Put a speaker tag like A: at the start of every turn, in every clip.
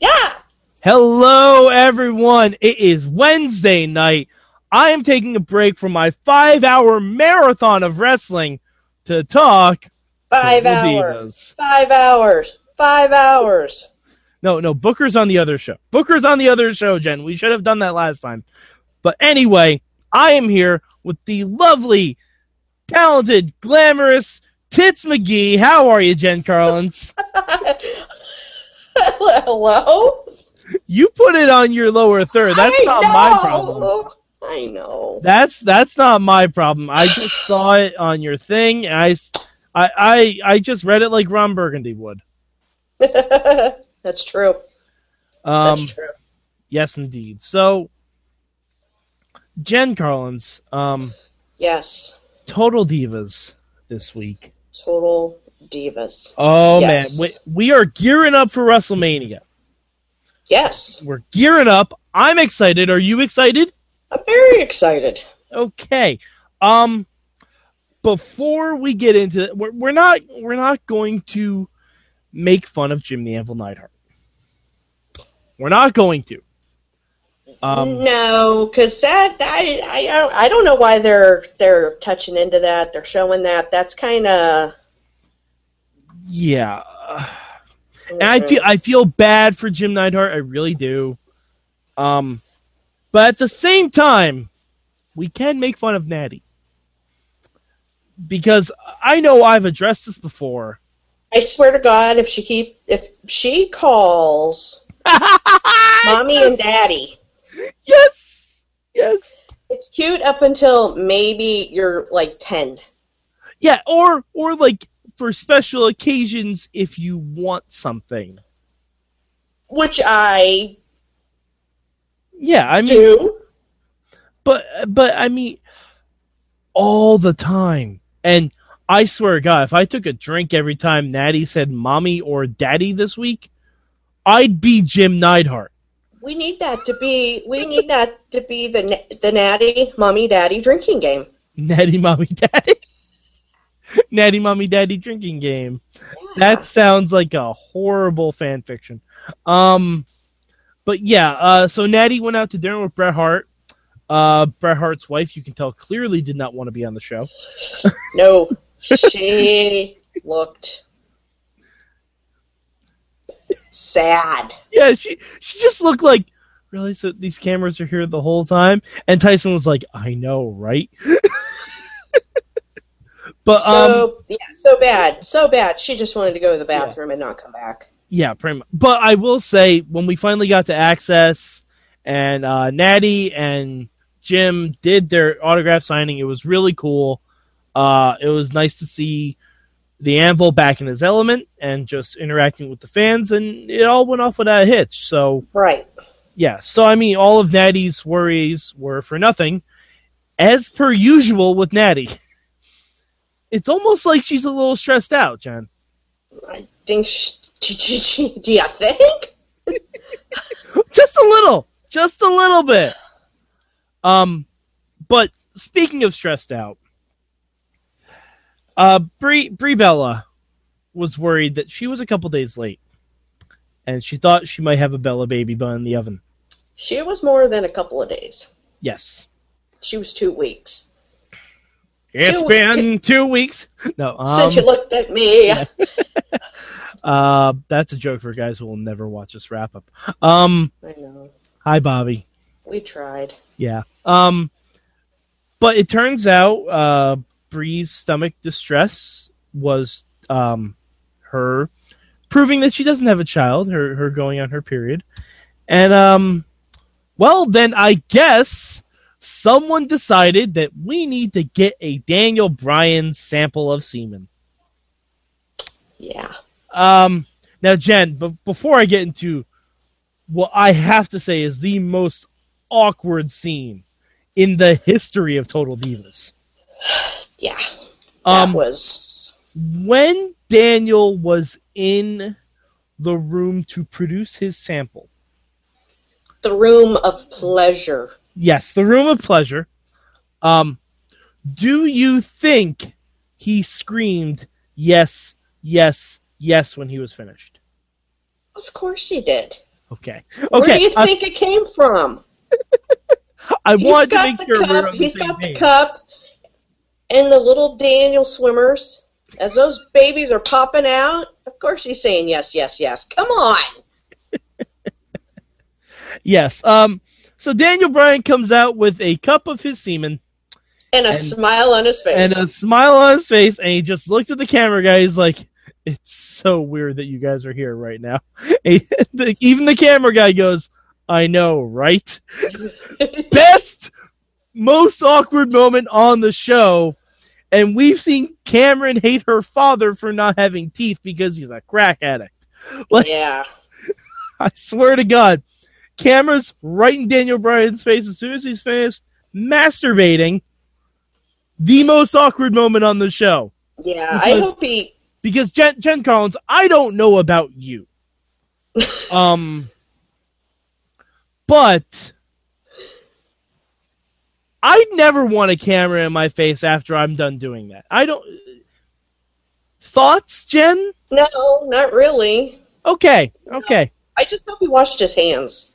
A: Yeah.
B: Hello, everyone. It is Wednesday night. I am taking a break from my five hour marathon of wrestling to talk.
A: Five
B: to the
A: hours.
B: Divas.
A: Five hours. Five hours.
B: No, no, Booker's on the other show. Booker's on the other show, Jen. We should have done that last time. But anyway, I am here with the lovely, talented, glamorous Tits McGee. How are you, Jen Carlins?
A: Hello?
B: you put it on your lower third. That's
A: I
B: not
A: know.
B: my problem.
A: I know.
B: That's that's not my problem. I just saw it on your thing. And I, s- I, I- I just read it like Ron Burgundy would.
A: That's true.
B: Um,
A: That's true.
B: yes, indeed. So, Jen Carlins, um,
A: Yes.
B: total divas this week.
A: Total divas.
B: Oh
A: Yes.
B: man, we, we are gearing up for WrestleMania.
A: Yes.
B: We're gearing up. I'm excited. Are you excited?
A: I'm very excited.
B: Okay. Um before we get into it, we're, we're not we're not going to make fun of Jim the Anvil Neidhart. We're not going to. Um
A: no, because that I, I I don't- I don't know why they're they're touching into that. They're showing that. That's kind of.
B: yeah. And I feel I feel bad for Jim Neidhart, I really do. Um but at the same time, we can make fun of Natty. Because I know I've addressed this before.
A: I swear to God, if she keep if she calls mommy and daddy,
B: Yes. Yes.
A: it's cute up until maybe you're like ten.
B: Yeah, or or like for special occasions if you want something.
A: which I
B: Yeah,
A: Mm.
B: I mean,
A: do.
B: but but I mean, all the time. And I swear to God, if I took a drink every time Natty said "mommy" or "daddy" this week, I'd be Jim Neidhart.
A: We need that to be. We need that to be the na- the natty mommy daddy drinking game.
B: Natty, mommy, daddy. Natty, mommy, daddy drinking game.
A: Yeah.
B: That sounds like a horrible fan fiction. Um, but yeah, uh, so Natty went out to dinner with Bret Hart. Uh, Bret Hart's wife, you can tell, clearly did not want to be on the show.
A: no. She looked sad.
B: Yeah, she she just looked like really. So these cameras are here the whole time, and Tyson was like, "I know, right?" but um,
A: so yeah, so bad, so bad. She just wanted to go to the bathroom and not come back.
B: yeah, pretty much. But I will say, when we finally got to access, and uh, Natty and Jim did their autograph signing. It was really cool. Uh, it was nice to see the Anvil back in his element and just interacting with the fans, and it all went off without a hitch. So
A: Right.
B: yeah, so I mean, all of Natty's worries were for nothing, as per usual with Natty. It's almost like she's a little stressed out, Jen.
A: I think. She, do you think?
B: just a little, just a little bit. Um, but speaking of stressed out, uh, Brie Brie Bella was worried that she was a couple days late, and she thought she might have a Bella baby bun in the oven.
A: She was more than a couple of days.
B: Yes,
A: She was two weeks
B: it's
A: Two-
B: been two weeks. No, um,
A: since you looked at me.
B: uh, that's a joke for guys who will never watch this wrap up. Um,
A: I know.
B: hi Bobby.
A: We tried.
B: Yeah. Um, but it turns out uh, Bree's stomach distress was um, her proving that she doesn't have a child. Her her going on her period, and um, well, then I guess someone decided that we need to get a Daniel Bryan sample of semen.
A: Yeah.
B: Um, now, Jen, but before I get into what I have to say is the most awkward scene in the history of Total Divas.
A: Yeah.
B: Um,
A: that was
B: when Daniel was in the room to produce his sample,
A: the room of pleasure.
B: yes, the room of pleasure. Um, do you think he screamed yes, yes, yes when he was finished?
A: Of course he did.
B: Okay.
A: Where do
B: Okay. uh,
A: you
B: I,
A: think it came from?
B: I
A: He's
B: wanted to
A: got
B: make
A: the
B: sure
A: cup.
B: we're on the
A: He's
B: same
A: got the
B: page.
A: cup and the little Daniel swimmers. As those babies are popping out, of course she's saying yes, yes, yes. Come on.
B: Yes. Um. So Daniel Bryan comes out with a cup of his semen
A: And a
B: And-
A: smile on his face.
B: and a smile on his face, and he just looked at the camera guy. He's like, "It's so weird that you guys are here right now." Even the camera guy goes, "I know, right?" Best, most awkward moment on the show, and we've seen Cameron hate her father for not having teeth because he's a crack addict. Like,
A: yeah.
B: I swear to God, cameras right in Daniel Bryan's face as soon as he's finished masturbating. The most awkward moment on the show
A: Yeah. I
B: Because-
A: hope he
B: because Jen, Jen Collins, I don't know about you, um, but I never want a camera in my face after I'm done doing that. I don't. Thoughts, Jen?
A: No, not really.
B: Okay, okay.
A: I just hope he washed his hands.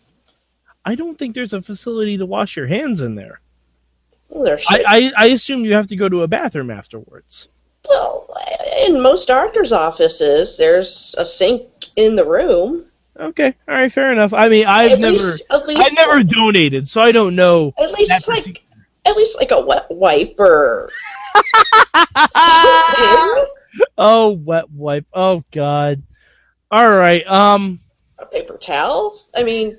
B: I don't think there's a facility to wash your hands in there.
A: Well, There should
B: I, I, I assume you have to go to a bathroom afterwards.
A: Well, in most doctors' offices, there's a sink in the room.
B: Okay, all right, fair enough. I mean, I've
A: at
B: never,
A: least, at least,
B: I've never donated, so I don't know.
A: At least
B: that
A: it's like,
B: particular-
A: at least like a wet wipe or something.
B: oh, wet wipe. Oh God. All right. Um,
A: A paper towel. I mean,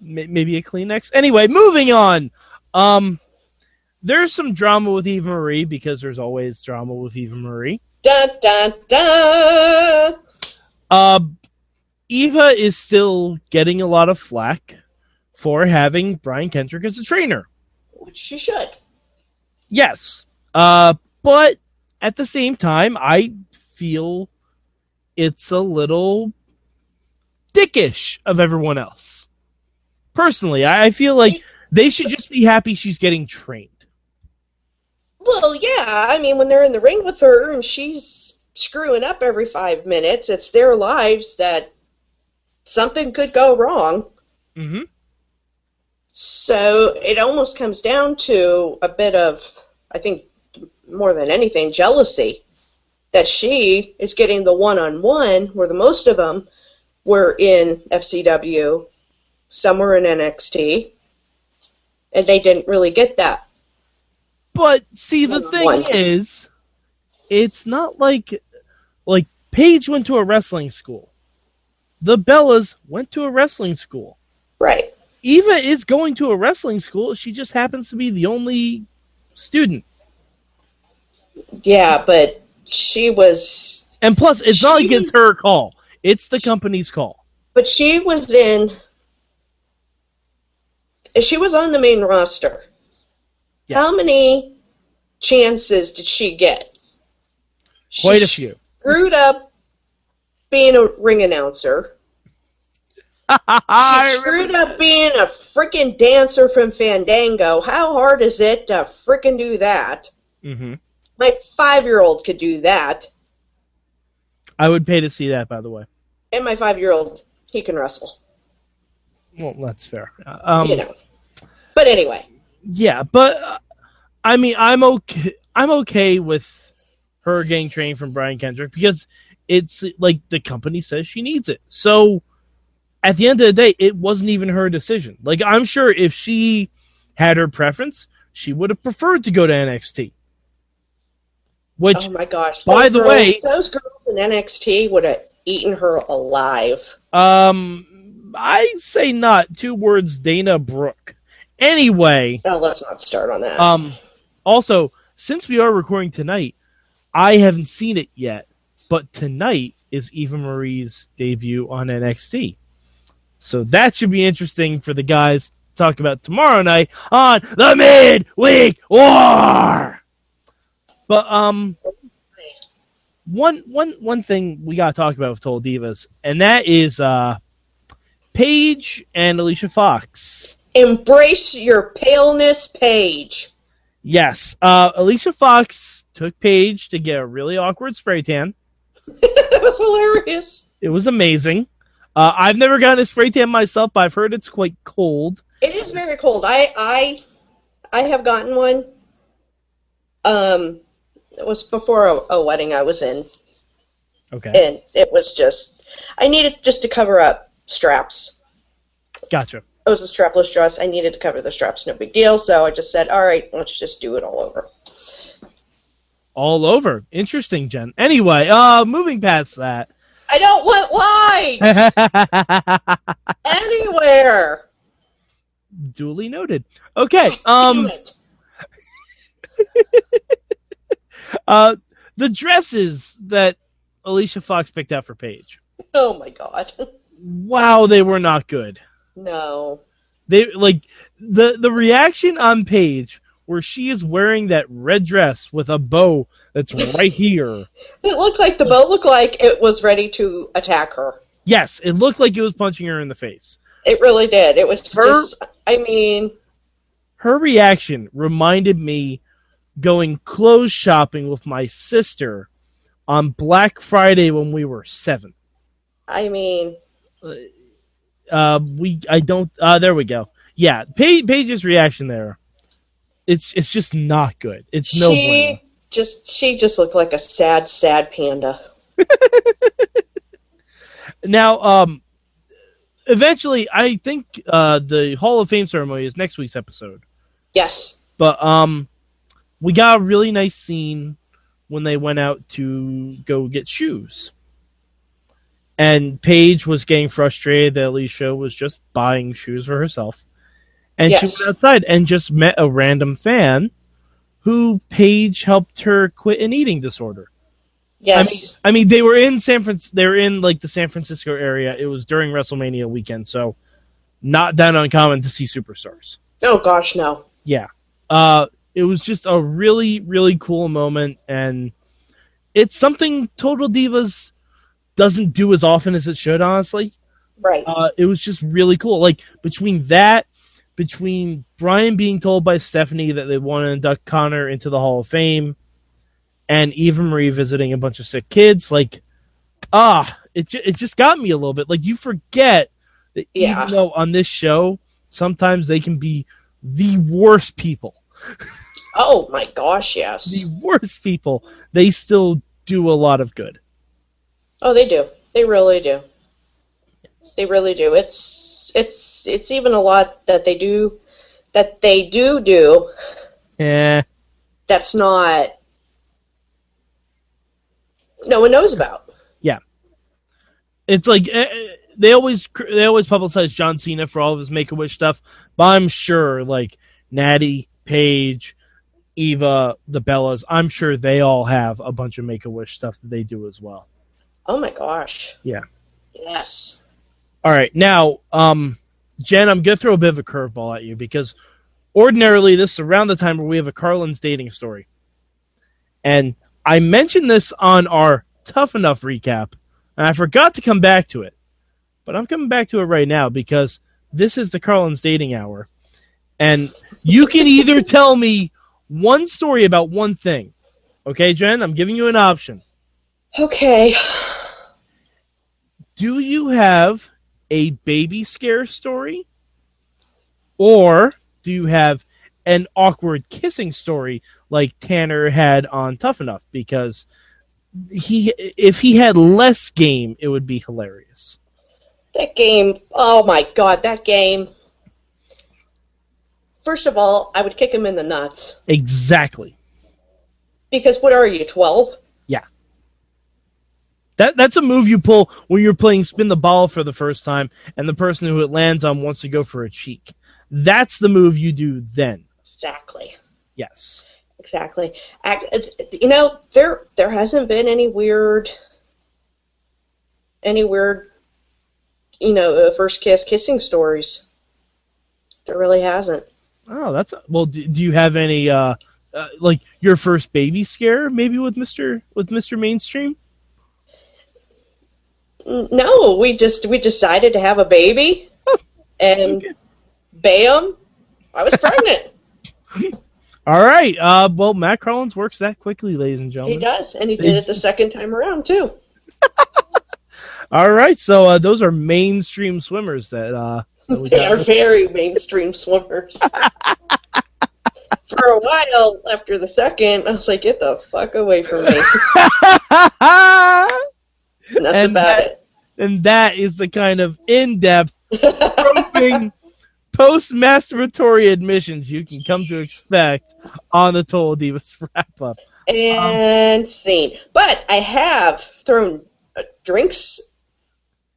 B: may- maybe a Kleenex. Anyway, moving on. Um, there's some drama with Eva Marie because there's always drama with Eva Marie.
A: dun dun dun.
B: Uh, Eva is still getting a lot of flack for having Brian Kendrick as a trainer.
A: Which she should.
B: Yes. Uh, but at the same time, I feel it's a little dickish of everyone else. Personally, I I feel like they should just be happy she's getting trained.
A: Well, yeah. I mean, when they're in the ring with her and she's screwing up every five minutes, it's their lives that something could go wrong.
B: Mm-hmm.
A: So it almost comes down to a bit of, I think, more than anything, jealousy that she is getting the one on one where the most of them were in FCW, some were in NXT, and they didn't really get that.
B: But see, the
A: Hold on
B: thing
A: one.
B: is, it's not like like Paige went to a wrestling school. The Bellas went to a wrestling school.
A: Right.
B: Eva is going to a wrestling school. She just happens to be the only student.
A: Yeah, but she was,
B: And plus, it's not like it's
A: She's-
B: her call. It's the company's call.
A: but she was in, she was on the main roster.
B: Yes.
A: How many chances did she get? She
B: Quite a few.
A: screwed up being a ring announcer. She
B: I
A: screwed
B: remember-
A: up being a freaking dancer from Fandango. How hard is it to freaking do that?
B: Mhm.
A: My five year old could do that,
B: I would pay to see that, by the way.
A: and my five year old, he can wrestle.
B: Well, that's fair. Uh, Um,
A: you know. But anyway,
B: Yeah, but uh, I mean, I'm okay. I'm okay with her getting trained from Brian Kendrick because it's like the company says she needs it. So at the end of the day, it wasn't even her decision. Like I'm sure if she had her preference, she would have preferred to go to NXT. Which
A: oh my gosh.
B: by
A: those
B: the
A: girls,
B: way-
A: those girls in NXT would have eaten her alive.
B: um I say not two words Dana Brooke. Anyway,
A: Oh, let's not start on that.
B: Um, also, since we are recording tonight, I haven't seen it yet, but tonight is Eva Marie's debut on NXT. So that should be interesting for the guys to talk about tomorrow night on the Midweek War. But um, one one one thing we gotta talk about with Total Divas, and that is uh, Paige and Alicia Fox.
A: Embrace your paleness, Paige.
B: Yes. Uh, Alicia Fox took Paige to get a really awkward spray tan.
A: that was hilarious.
B: It was amazing. Uh, I've never gotten a spray tan myself, but I've heard it's quite cold.
A: It is very cold. I I I have gotten one. Um, it was before a, a wedding I was in,
B: Okay,
A: and it was just I needed just to cover up straps.
B: gotcha.
A: It was a strapless dress. I needed to cover the straps. No big deal. So I just said, all right, let's just do it all over.
B: All over. Interesting, Jen. Anyway, uh, moving past that.
A: I don't want lines anywhere.
B: Duly noted. Okay.
A: Damn
B: Um.
A: it.
B: Uh. The dresses that Alicia Fox picked out for Paige.
A: Oh my god.
B: Wow, they were not good.
A: No.
B: They like the the reaction on Paige where she is wearing that red dress with a bow that's right here.
A: It looked like the boat looked like it was ready to attack her.
B: Yes, it looked like it was punching her in the face.
A: It really did. It was
B: Her-
A: just. I mean,
B: Her reaction reminded me going clothes shopping with my sister on Black Friday when we were seven.
A: I mean,
B: Uh, we I don't. Uh, there we go. Yeah, Pa Paige's reaction there. It's it's just not good. It's no.
A: she
B: bueno.
A: just she just looked like a sad, sad panda.
B: Now, um, eventually, I think uh, the Hall of Fame ceremony is next week's episode.
A: Yes.
B: But um, we got a really nice scene when they went out to go get shoes, and Paige was getting frustrated that Alicia was just buying shoes for herself, and
A: Yes.
B: she went outside and just met a random fan, who Paige helped her quit an eating disorder.
A: Yes.
B: I mean, they were in San Fran. They were in like the San Francisco area. It was during WrestleMania weekend, so not that uncommon to see superstars.
A: oh gosh, no.
B: Yeah, uh, it was just a really, really cool moment, and it's something Total Divas doesn't do as often as it should. Honestly,
A: Right.
B: uh, it was just really cool. Like between that, between Brian being told by Stephanie that they want to induct Connor into the Hall of Fame, and Eva Marie visiting a bunch of sick kids, like ah, it ju- it just got me a little bit. Like you forget that
A: Yeah.
B: even though on this show sometimes they can be the worst people,
A: oh my gosh, yes.
B: the worst people, they still do a lot of good.
A: Oh, they do. They really do. They really do. It's it's it's even a lot that they do that they do do
B: Eh,
A: that's not no one knows about.
B: it's like eh, eh, they always cr- they always publicize John Cena for all of his Make a Wish stuff, but I'm sure like Natty, Paige, Eva, the Bellas, I'm sure they all have a bunch of Make a Wish stuff that they do as well.
A: Oh my gosh.
B: Yeah.
A: Yes.
B: All right, now, um, Jen, I'm gonna throw a bit of a curveball at you because ordinarily this is around the time where we have a Carlin's dating story, and I mentioned this on our Tough Enough recap, and I forgot to come back to it, but I'm coming back to it right now because this is the Carlin's dating hour, and you can either tell me one story about one thing, okay, Jen? I'm giving you an option.
A: Okay.
B: do you have a baby scare story or do you have an awkward kissing story like Tanner had on Tough Enough because he if he had less game it would be hilarious.
A: That game, oh my god, that game. First of all, I would kick him in the nuts.
B: Exactly.
A: Because what are you, 12?
B: That that's a move you pull when you're playing spin the ball for the first time and the person who it lands on wants to go for a cheek. That's the move you do then.
A: Exactly.
B: Yes.
A: Exactly. Act, it's, you know, there there hasn't been any weird, any weird, you know, uh, first kiss kissing stories. There really hasn't.
B: Oh, that's well. Do, do you have any uh, uh, like your first baby scare? Maybe with Mister with Mister Mainstream.
A: N- No, we just we decided to have a baby, and
B: Okay.
A: bam, I was pregnant.
B: All right. Uh, well, Matt Collins works that quickly, ladies and
A: he
B: gentlemen.
A: does, and he did it the second time around too.
B: All right, so uh, those are mainstream swimmers that, uh, that we
A: They are
B: got.
A: very mainstream swimmers. For a while after the second, I was like, get the fuck away from me. And that's
B: And
A: about
B: that- and that is the kind of in-depth, probing, post-masturbatory admissions you can come to expect on the Total Divas wrap-up.
A: it.
B: um,
A: And scene. But I have thrown uh, drinks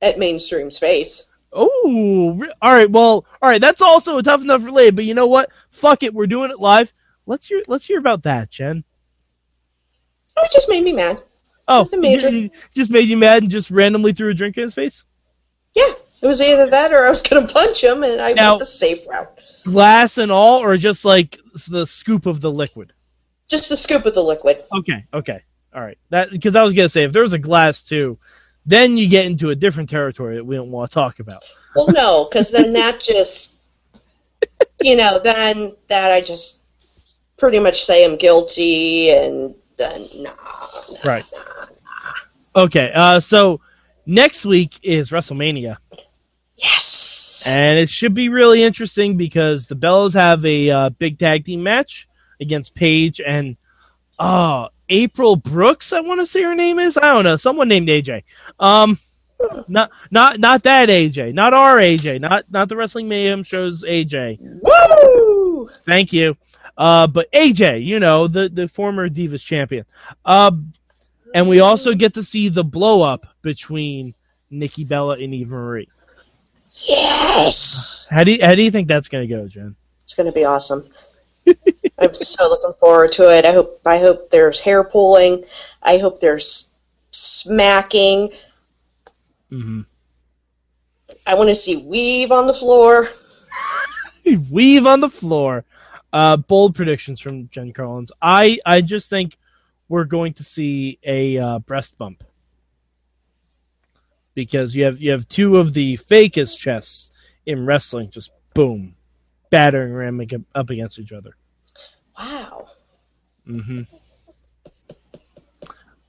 A: at mainstream's face.
B: Oh, re- all right. Well, all right. That's also a tough enough relay, but you know what? Fuck it. We're doing it live. Let's hear. Let's hear about that, Jen.
A: Oh, it just made me mad.
B: Oh,
A: Nothing major.
B: you- you just made you mad and just randomly threw a drink in his face.
A: Yeah, it was either that or I was going to punch him, and I
B: Now-
A: went the safe route.
B: Glass and all, or just like s- the scoop of the liquid.
A: Just a scoop of the liquid.
B: Okay. Okay. All right. That because I was gonna say if there was a glass too, then you get into a different territory that we don't want to talk about.
A: Well, no, because then that just, you know, then that I just pretty much say I'm guilty, and then nah.
B: Right. Okay. Uh. So next week is WrestleMania.
A: Yes.
B: And it should be really interesting because the Bellas have a uh, big tag team match against Paige and uh, April Brooks. I want to say her name is. I don't know. Someone named AJ. Um, not not not that AJ. Not our AJ. Not not the Wrestling Mayhem shows AJ.
A: Woo!
B: Thank you. Uh, but AJ, you know the the former Divas champion. Um, and we also get to see the blow up between Nikki Bella and Eva Marie.
A: Yes.
B: How do you, how do you think that's going to go, Jen?
A: It's gonna be awesome. I'm so looking forward to it. I hope. I hope there's hair pulling. I hope there's smacking.
B: Mm-hmm.
A: I want to see weave on the floor.
B: weave on the floor. Uh, bold predictions from Jen Collins. I, I just think we're going to see a uh, breast bump because you have you have two of the fakest chests in wrestling, just boom, battering ram ag- up against each other.
A: Wow.
B: hmm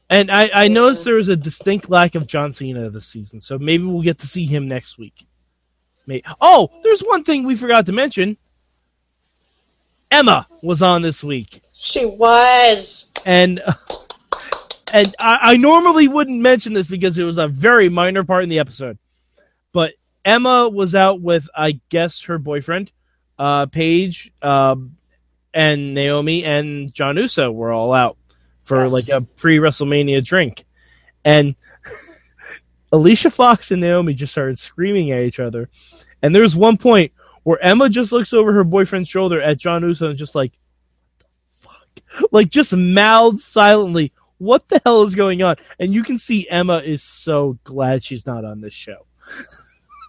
B: And I, I noticed there was a distinct lack of John Cena this season, so maybe we'll get to see him next week. May- Oh, there's one thing we forgot to mention. Emma was on this week,
A: She was.
B: and and I, I normally wouldn't mention this because it was a very minor part in the episode, but Emma was out with I guess her boyfriend, uh, Paige, um, and Naomi and John Uso were all out for
A: Yes.
B: like a pre WrestleMania drink, and Alicia Fox and Naomi just started screaming at each other, and there's one point where Emma just looks over her boyfriend's shoulder at John Uso and just like, fuck, like just mouths silently. What the hell is going on? And you can see Emma is so glad she's not on this show.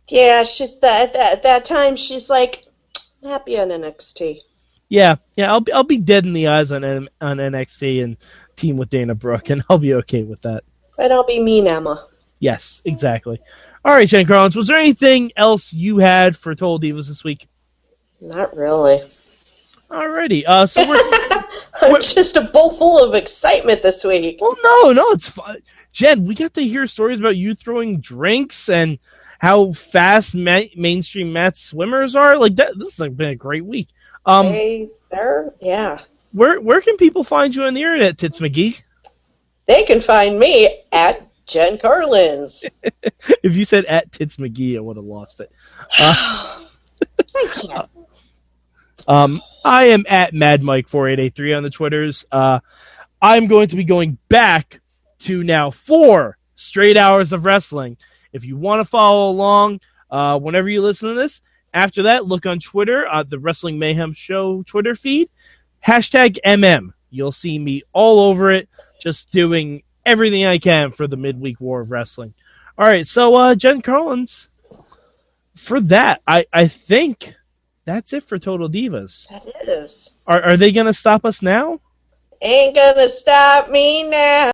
A: Yeah, she's that that that time. She's like, I'm happy on NXT.
B: Yeah, yeah, I'll be I'll be dead in the eyes on N- on NXT and team with Dana Brooke, and I'll be okay with that.
A: But I'll be mean, Emma.
B: Yes, exactly. All right, Jen Collins, was there anything else you had for Total Divas this week?
A: Not really.
B: Alrighty, uh, so we're
A: I'm
B: What-
A: just a bowl full of excitement this week.
B: well, no, no, it's fine. Jen, we got to hear stories about you throwing drinks and how fast ma- mainstream mat swimmers are. Like that, this has been a great week. Um,
A: they, they're, yeah.
B: where where can people find you on the internet, Tits McGee?
A: They can find me at Jen Carlins.
B: If you said at Tits McGee, I would have lost it.
A: I can't.
B: Um, I am at Mad Mike four eight eight three on the Twitters. Uh, I'm going to be going back to now four straight hours of wrestling. If you want to follow along, uh, whenever you listen to this, after that, look on Twitter uh, the Wrestling Mayhem Show Twitter feed, hashtag MM. You'll see me all over it, just doing everything I can for the midweek war of wrestling. All right, so uh, Jen Collins, for that, I I think that's it for Total Divas.
A: That is.
B: Are, are they going to stop us now?
A: Ain't gonna stop me now.